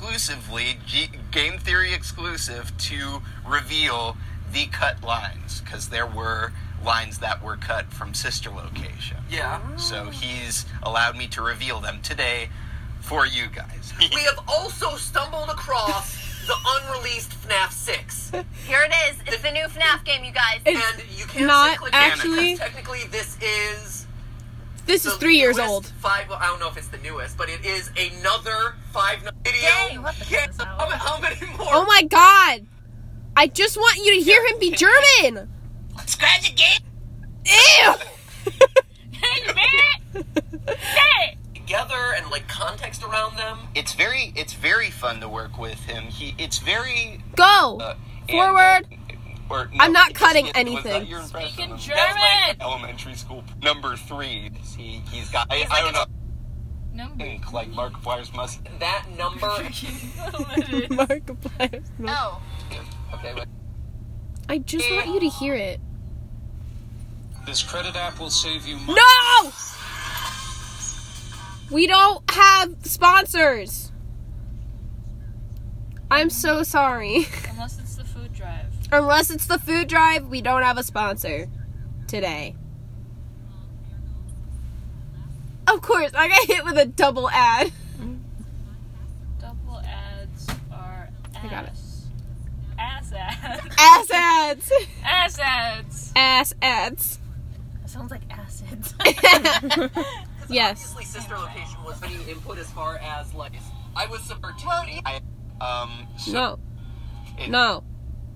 [SPEAKER 6] exclusively G- game theory exclusive to reveal the cut lines because there were lines that were cut from sister location.
[SPEAKER 7] Yeah.
[SPEAKER 6] So he's allowed me to reveal them today for you guys.
[SPEAKER 7] We have also stumbled across the unreleased FNAF 6. And
[SPEAKER 5] it. Here it is. It's the new FNAF game, you guys.
[SPEAKER 7] you can't
[SPEAKER 1] Not
[SPEAKER 7] say click
[SPEAKER 1] actually-
[SPEAKER 7] because technically this is
[SPEAKER 1] This is
[SPEAKER 7] the
[SPEAKER 1] three years
[SPEAKER 7] newest
[SPEAKER 1] old.
[SPEAKER 7] Five. Well, I don't know if it's the newest, but it is another five no- video.
[SPEAKER 5] Dang, what the fuck
[SPEAKER 7] Yeah,
[SPEAKER 5] is that
[SPEAKER 7] how,
[SPEAKER 5] one?
[SPEAKER 7] how many more?
[SPEAKER 1] Oh my god! I just want you to hear him be German!
[SPEAKER 6] Scratch again.
[SPEAKER 1] Ew!
[SPEAKER 7] Together and like context around them.
[SPEAKER 6] it's very it's very fun to work with him. He it's very
[SPEAKER 1] Go!
[SPEAKER 6] uh,
[SPEAKER 1] Forward.
[SPEAKER 6] and, uh, or, no,
[SPEAKER 1] I'm not
[SPEAKER 6] it-
[SPEAKER 1] cutting
[SPEAKER 6] it was not
[SPEAKER 1] anything.
[SPEAKER 6] your impression
[SPEAKER 2] Speak in
[SPEAKER 6] of him.
[SPEAKER 2] German.
[SPEAKER 6] That was my elementary school number three. He he's got I, I don't know
[SPEAKER 2] Number.
[SPEAKER 6] think like Markiplier's must.
[SPEAKER 7] That number.
[SPEAKER 1] Markiplier's mouth.
[SPEAKER 5] No.
[SPEAKER 7] okay. Wait.
[SPEAKER 1] I just want you to hear it.
[SPEAKER 8] This credit app will save you money.
[SPEAKER 1] No! We don't have sponsors! I'm so sorry.
[SPEAKER 2] Unless it's the food drive.
[SPEAKER 1] Unless it's the food drive, we don't have a sponsor today. Of course, I got hit with a double ad.
[SPEAKER 2] Double ads are ass.
[SPEAKER 1] I got it.
[SPEAKER 2] Ass ads.
[SPEAKER 1] Ass ads!
[SPEAKER 2] ass ads.
[SPEAKER 1] Ass ads.
[SPEAKER 4] That sounds like acids.
[SPEAKER 1] yes.
[SPEAKER 7] Obviously, sister location was any input as far as like I was subverted.
[SPEAKER 6] I, um so,
[SPEAKER 1] No.
[SPEAKER 6] it-
[SPEAKER 1] No.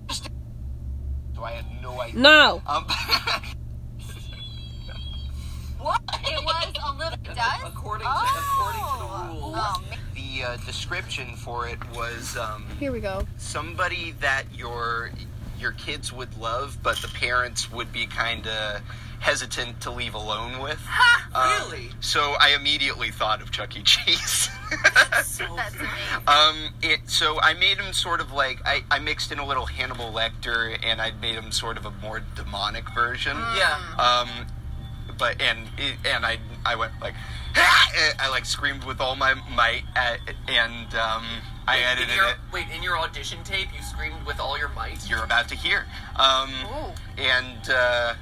[SPEAKER 6] so I had no idea.
[SPEAKER 1] No.
[SPEAKER 6] Um,
[SPEAKER 5] It was a little does?
[SPEAKER 7] according to
[SPEAKER 5] Oh.
[SPEAKER 7] according to the rules.
[SPEAKER 5] Oh, man.
[SPEAKER 6] the uh, description for it was um
[SPEAKER 1] Here we go.
[SPEAKER 6] somebody that your your kids would love, but the parents would be kind of hesitant to leave alone with. Um,
[SPEAKER 7] Really?
[SPEAKER 6] So I immediately thought of Chuck E. Cheese.
[SPEAKER 5] That's amazing.
[SPEAKER 6] um, it, so I made him sort of like I, I mixed in a little Hannibal Lecter, and I made him sort of a more demonic version.
[SPEAKER 7] Yeah.
[SPEAKER 6] Um, but and and I I went like "Ah!" I like screamed with all my might at, and um, I
[SPEAKER 7] Wait,
[SPEAKER 6] edited
[SPEAKER 7] in your,
[SPEAKER 6] it.
[SPEAKER 7] Wait, in your audition tape, you screamed with all your might.
[SPEAKER 6] You're about to hear. Um, and uh,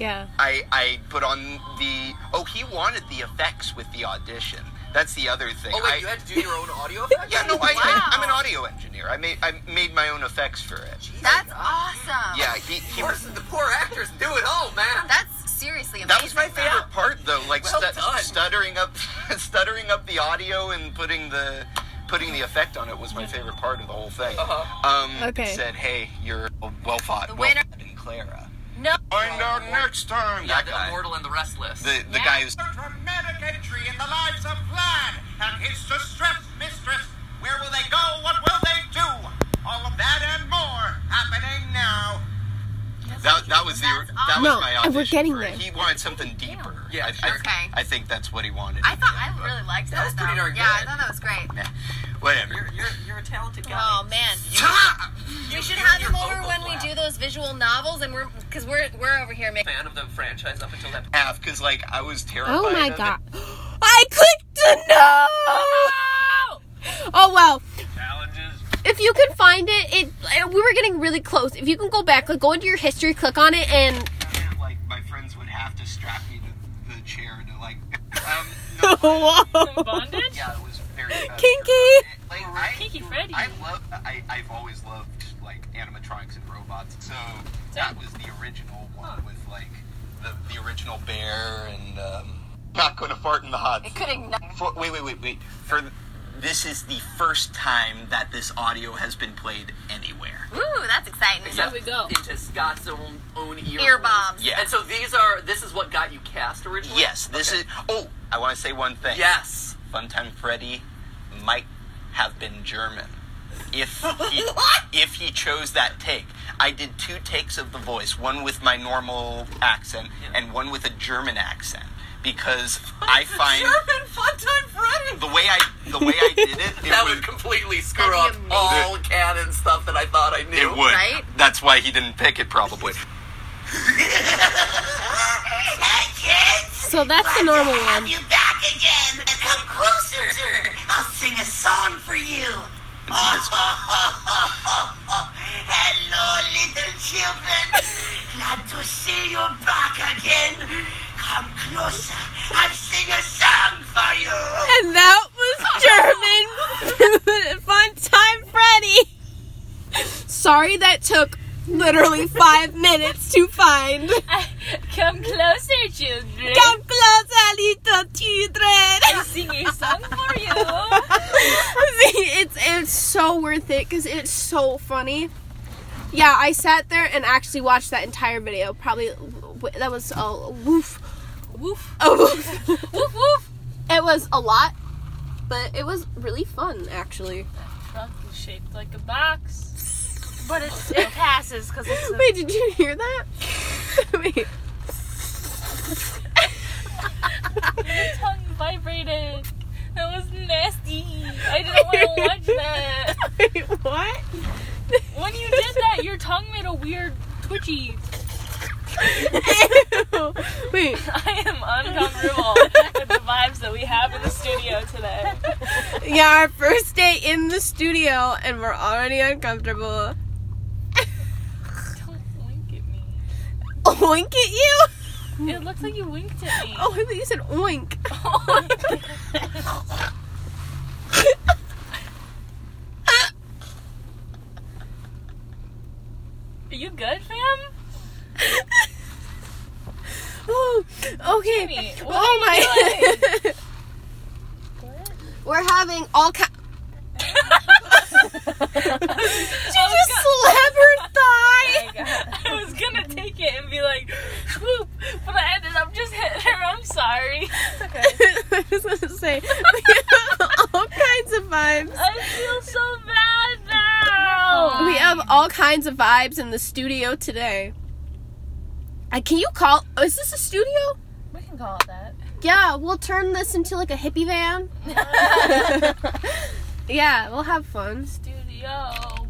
[SPEAKER 1] Yeah.
[SPEAKER 6] I I put on the oh he wanted the effects with the audition. That's the other thing.
[SPEAKER 7] Oh wait,
[SPEAKER 6] I,
[SPEAKER 7] you had to do your own audio effects.
[SPEAKER 6] yeah, no, I, I, I'm an audio engineer. I made I made my own effects for it.
[SPEAKER 7] Jesus.
[SPEAKER 5] That's awesome.
[SPEAKER 6] Yeah, he, he was.
[SPEAKER 7] Worse than the poor actors do it all, man.
[SPEAKER 5] That's seriously amazing.
[SPEAKER 6] That was my favorite part, though. Like
[SPEAKER 7] Well
[SPEAKER 6] stu-
[SPEAKER 7] done.
[SPEAKER 6] stuttering up, stuttering up the audio and putting the putting the effect on it was my favorite part of the whole thing.
[SPEAKER 7] Uh-huh.
[SPEAKER 6] Um,
[SPEAKER 1] Okay.
[SPEAKER 6] Said, hey, you're well fought,
[SPEAKER 5] The
[SPEAKER 6] well
[SPEAKER 5] winner-
[SPEAKER 6] fought, and Clara.
[SPEAKER 5] No.
[SPEAKER 6] Find out next time.
[SPEAKER 7] Yeah,
[SPEAKER 6] that
[SPEAKER 7] the
[SPEAKER 6] guy.
[SPEAKER 7] immortal and the restless.
[SPEAKER 6] The the
[SPEAKER 5] Yeah.
[SPEAKER 6] guy who's
[SPEAKER 9] Dramatic entry in the lives of Vlad and his distressed mistress. Where will they go? What will they do? All of that and more happening now.
[SPEAKER 6] that, that was the
[SPEAKER 5] That's
[SPEAKER 6] that
[SPEAKER 5] awesome.
[SPEAKER 6] was
[SPEAKER 1] No,
[SPEAKER 6] my
[SPEAKER 1] and
[SPEAKER 6] audition.
[SPEAKER 1] we're getting
[SPEAKER 6] for
[SPEAKER 1] there.
[SPEAKER 6] it. He wanted something deeper.
[SPEAKER 7] Yeah,
[SPEAKER 6] I,
[SPEAKER 7] sure.
[SPEAKER 6] I,
[SPEAKER 5] Okay.
[SPEAKER 6] I think that's what he wanted.
[SPEAKER 5] I thought I really liked that.
[SPEAKER 7] That was pretty
[SPEAKER 5] though.
[SPEAKER 7] darn
[SPEAKER 5] Yeah, I
[SPEAKER 7] good.
[SPEAKER 5] thought that was great.
[SPEAKER 6] Nah, whatever.
[SPEAKER 10] You're, you're, you're a talented guy.
[SPEAKER 11] Oh man,
[SPEAKER 6] Ta-
[SPEAKER 11] we should
[SPEAKER 7] you're
[SPEAKER 11] have
[SPEAKER 7] your
[SPEAKER 11] him over
[SPEAKER 7] vocal
[SPEAKER 11] when we
[SPEAKER 7] flaps.
[SPEAKER 11] do those visual novels, and we're because we're we're over here making.
[SPEAKER 7] fan of the franchise up until that.
[SPEAKER 6] half because like I was terrified.
[SPEAKER 1] Oh my
[SPEAKER 6] of it.
[SPEAKER 1] god. I clicked to no. Oh well.
[SPEAKER 8] Challenges.
[SPEAKER 1] If you can find it, it uh, we were getting really close. If you can go back, like go into your history, click on it, and
[SPEAKER 6] Like my friends would have to strap me to the chair to like. Um, no,
[SPEAKER 2] Some
[SPEAKER 1] whoa,
[SPEAKER 2] bondage?
[SPEAKER 6] yeah, it was very uh,
[SPEAKER 1] kinky.
[SPEAKER 6] Like I,
[SPEAKER 2] Kinky Freddy.
[SPEAKER 6] I love. I I've always loved like animatronics and robots. So that was the original one with like the the original bear and. Um, not going to fart in the hot.
[SPEAKER 5] It could ignite.
[SPEAKER 6] For, wait, wait, wait, wait. For this is the first time that this audio has been played anywhere.
[SPEAKER 5] Ooh, that's exciting.
[SPEAKER 2] There we go.
[SPEAKER 7] into Scott's own own ear
[SPEAKER 5] Ear
[SPEAKER 7] holes.
[SPEAKER 5] bombs.
[SPEAKER 6] Yeah.
[SPEAKER 7] And so these are. This is what got you cast originally.
[SPEAKER 6] Yes, this
[SPEAKER 7] Okay.
[SPEAKER 6] is. Oh, I want to say one thing.
[SPEAKER 7] Yes.
[SPEAKER 6] Funtime Freddy might have been German if he, if he chose that take. I did two takes of the voice, one with my normal accent and one with a German accent because I find the way I the way I did it, it
[SPEAKER 7] That
[SPEAKER 6] was-
[SPEAKER 7] would completely screw up
[SPEAKER 5] That'd be
[SPEAKER 7] all canon stuff that I thought I knew.
[SPEAKER 6] It would.
[SPEAKER 5] Right?
[SPEAKER 6] That's why he didn't pick it, probably.
[SPEAKER 1] So that's the normal one.
[SPEAKER 9] You back again! Come closer! I'll sing a song for you. Hello, little children. Glad to see you back again. Come closer. I'll sing a song for you.
[SPEAKER 1] And that was German Fun Time Freddy. Sorry that took literally five minutes to find.
[SPEAKER 2] Come closer, children.
[SPEAKER 1] Come closer, little children.
[SPEAKER 2] I sing a song for you.
[SPEAKER 1] See, it's it's so worth it because it's so funny. Yeah, I sat there and actually watched that entire video. Probably w- that was a woof, woof, a woof.
[SPEAKER 2] woof woof.
[SPEAKER 1] It was a lot, but it was really fun actually.
[SPEAKER 2] Trunk is shaped like a box.
[SPEAKER 4] But it, it passes because it's a,
[SPEAKER 1] Wait, did you hear that? Wait.
[SPEAKER 2] My tongue vibrated. That was nasty. I didn't want to watch that.
[SPEAKER 1] Wait, what?
[SPEAKER 2] When you did that, your tongue made a weird twitchy.
[SPEAKER 1] Ew. Wait.
[SPEAKER 2] I am uncomfortable with the vibes that we have in the studio today.
[SPEAKER 1] Yeah, our first day in the studio and we're already uncomfortable.
[SPEAKER 2] Don't wink at me.
[SPEAKER 1] Oink at you?
[SPEAKER 2] It looks like you winked at me.
[SPEAKER 1] Oh, I thought you said oink.
[SPEAKER 2] Are you good, fam?
[SPEAKER 1] Oh, okay.
[SPEAKER 2] Jimmy, what
[SPEAKER 1] oh
[SPEAKER 2] are you
[SPEAKER 1] my. we're having all kinds.
[SPEAKER 2] Oh She
[SPEAKER 1] Just slap her thigh.
[SPEAKER 2] I was gonna take it and be like, whoop, but I ended up just hitting her. I'm sorry.
[SPEAKER 1] I was gonna say we have all kinds of vibes.
[SPEAKER 2] I feel so bad
[SPEAKER 4] Oh,
[SPEAKER 2] now.
[SPEAKER 1] We have all kinds of vibes in the studio today. Uh, can you call? oh, Is this a studio?
[SPEAKER 11] We can call it that.
[SPEAKER 1] Yeah, we'll turn this into like a hippie van. yeah, we'll have fun.
[SPEAKER 2] Studio,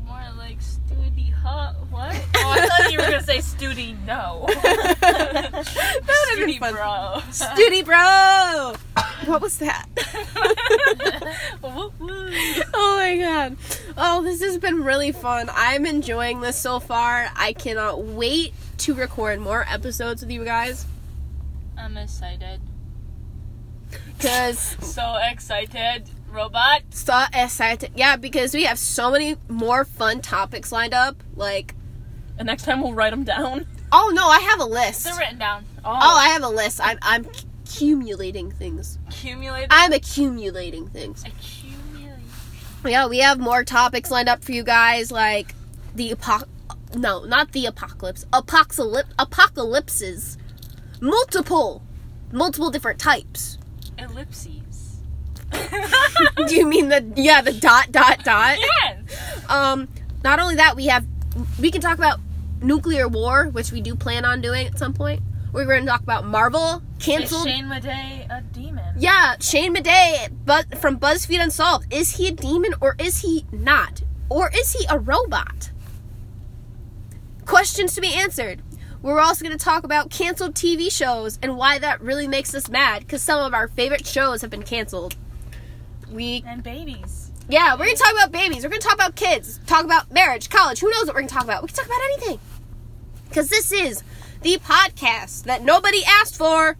[SPEAKER 2] more like like Studi Hut. What?
[SPEAKER 4] Oh, I thought you were gonna say Studi no.
[SPEAKER 3] That would
[SPEAKER 4] Studi bro.
[SPEAKER 1] Duty, bro. What was that?
[SPEAKER 4] Whoop, whoop.
[SPEAKER 1] oh my god. Oh, this has been really fun. I'm enjoying this so far. I cannot wait to record more episodes with you guys
[SPEAKER 2] I'm excited.
[SPEAKER 1] because
[SPEAKER 2] So excited, robot.
[SPEAKER 1] so excited. Yeah, because we have so many more fun topics lined up. Like,
[SPEAKER 3] And next time we'll write them down.
[SPEAKER 1] oh no, I have a list.
[SPEAKER 2] They're written down.
[SPEAKER 1] Oh, I have a list. I'm I'm accumulating things.
[SPEAKER 2] Accumulated.
[SPEAKER 1] I'm accumulating things.
[SPEAKER 2] Accumulated.
[SPEAKER 1] Yeah, we have more topics lined up for you guys, like the apoc. No, not the apocalypse. Apocalypse. Apocalypses. Multiple. Multiple different types.
[SPEAKER 2] Ellipses.
[SPEAKER 1] Do you mean the yeah the dot dot dot?
[SPEAKER 2] Yes.
[SPEAKER 1] Um. Not only that, we have we can talk about nuclear war, which we do plan on doing at some point. We're going to talk about Marvel
[SPEAKER 4] Is
[SPEAKER 1] canceled.
[SPEAKER 4] Shane Madej a demon?
[SPEAKER 1] Yeah, Shane Madej but from BuzzFeed Unsolved. Is he a demon or is he not? Or is he a robot? Questions to be answered. We're also going to talk about canceled TV shows and why that really makes us mad because some of our favorite shows have been canceled. We,
[SPEAKER 4] And babies.
[SPEAKER 1] yeah, we're going to talk about babies. We're going to talk about kids. Talk about marriage, college. Who knows what we're going to talk about? We can talk about anything. Because this is the podcast that nobody asked for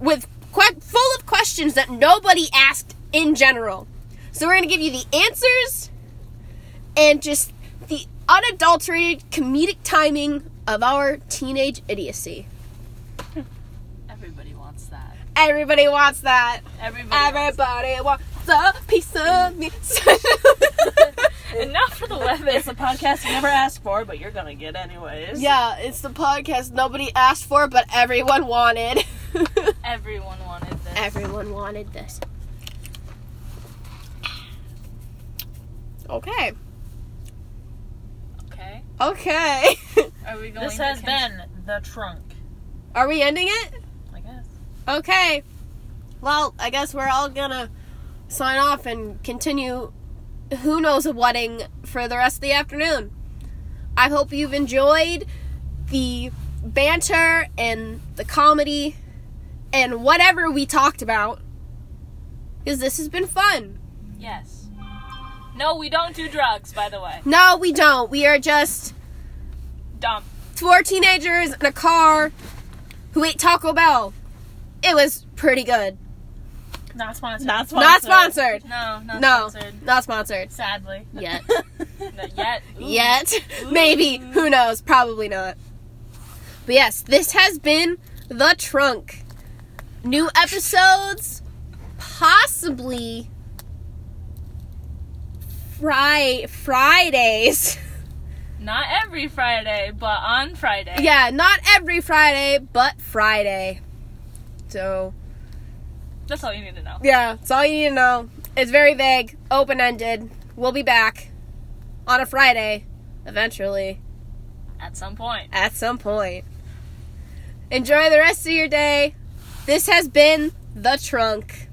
[SPEAKER 1] with que- full of questions that nobody asked in general. So we're going to give you the answers and just the unadulterated comedic timing of our teenage idiocy.
[SPEAKER 2] Everybody wants that.
[SPEAKER 1] Everybody wants that.
[SPEAKER 2] Everybody. wants
[SPEAKER 1] Everybody wants a piece of me.
[SPEAKER 2] Enough for the weapon.
[SPEAKER 3] It's a podcast you never asked for, but you're gonna get anyways.
[SPEAKER 1] yeah, it's the podcast nobody asked for but everyone wanted.
[SPEAKER 2] Everyone wanted this.
[SPEAKER 1] everyone wanted this. Okay.
[SPEAKER 2] Okay.
[SPEAKER 1] Okay.
[SPEAKER 2] Are we going?
[SPEAKER 4] This
[SPEAKER 2] to
[SPEAKER 4] has
[SPEAKER 2] con-
[SPEAKER 4] been the trunk.
[SPEAKER 1] Are we ending it?
[SPEAKER 4] I guess.
[SPEAKER 1] Okay. Well, I guess we're all gonna sign off and continue who knows a wedding for the rest of the afternoon. I hope you've enjoyed the banter and the comedy and whatever we talked about. Because this has been fun.
[SPEAKER 2] Yes. No, we don't do drugs, by the way.
[SPEAKER 1] No, we don't. We are just
[SPEAKER 2] Dumb.
[SPEAKER 1] four teenagers in a car who ate Taco Bell. It was pretty good.
[SPEAKER 4] Not sponsored.
[SPEAKER 3] Not sponsored.
[SPEAKER 1] Not sponsored.
[SPEAKER 2] No, not
[SPEAKER 1] No,
[SPEAKER 2] sponsored.
[SPEAKER 1] not sponsored.
[SPEAKER 4] Sadly.
[SPEAKER 1] Yet.
[SPEAKER 2] Not yet. Ooh.
[SPEAKER 1] Yet. Maybe. Who knows? Probably not. But yes, this has been The Trunk. New episodes, possibly Fri- Fridays.
[SPEAKER 2] Not every Friday, but on Friday.
[SPEAKER 1] Yeah, not every Friday, but Friday. So,
[SPEAKER 2] That's all you need to know.
[SPEAKER 1] yeah, that's all you need to know. It's very vague, open ended. We'll be back on a Friday eventually.
[SPEAKER 2] At some point.
[SPEAKER 1] at some point. Enjoy the rest of your day. This has been The Trunk.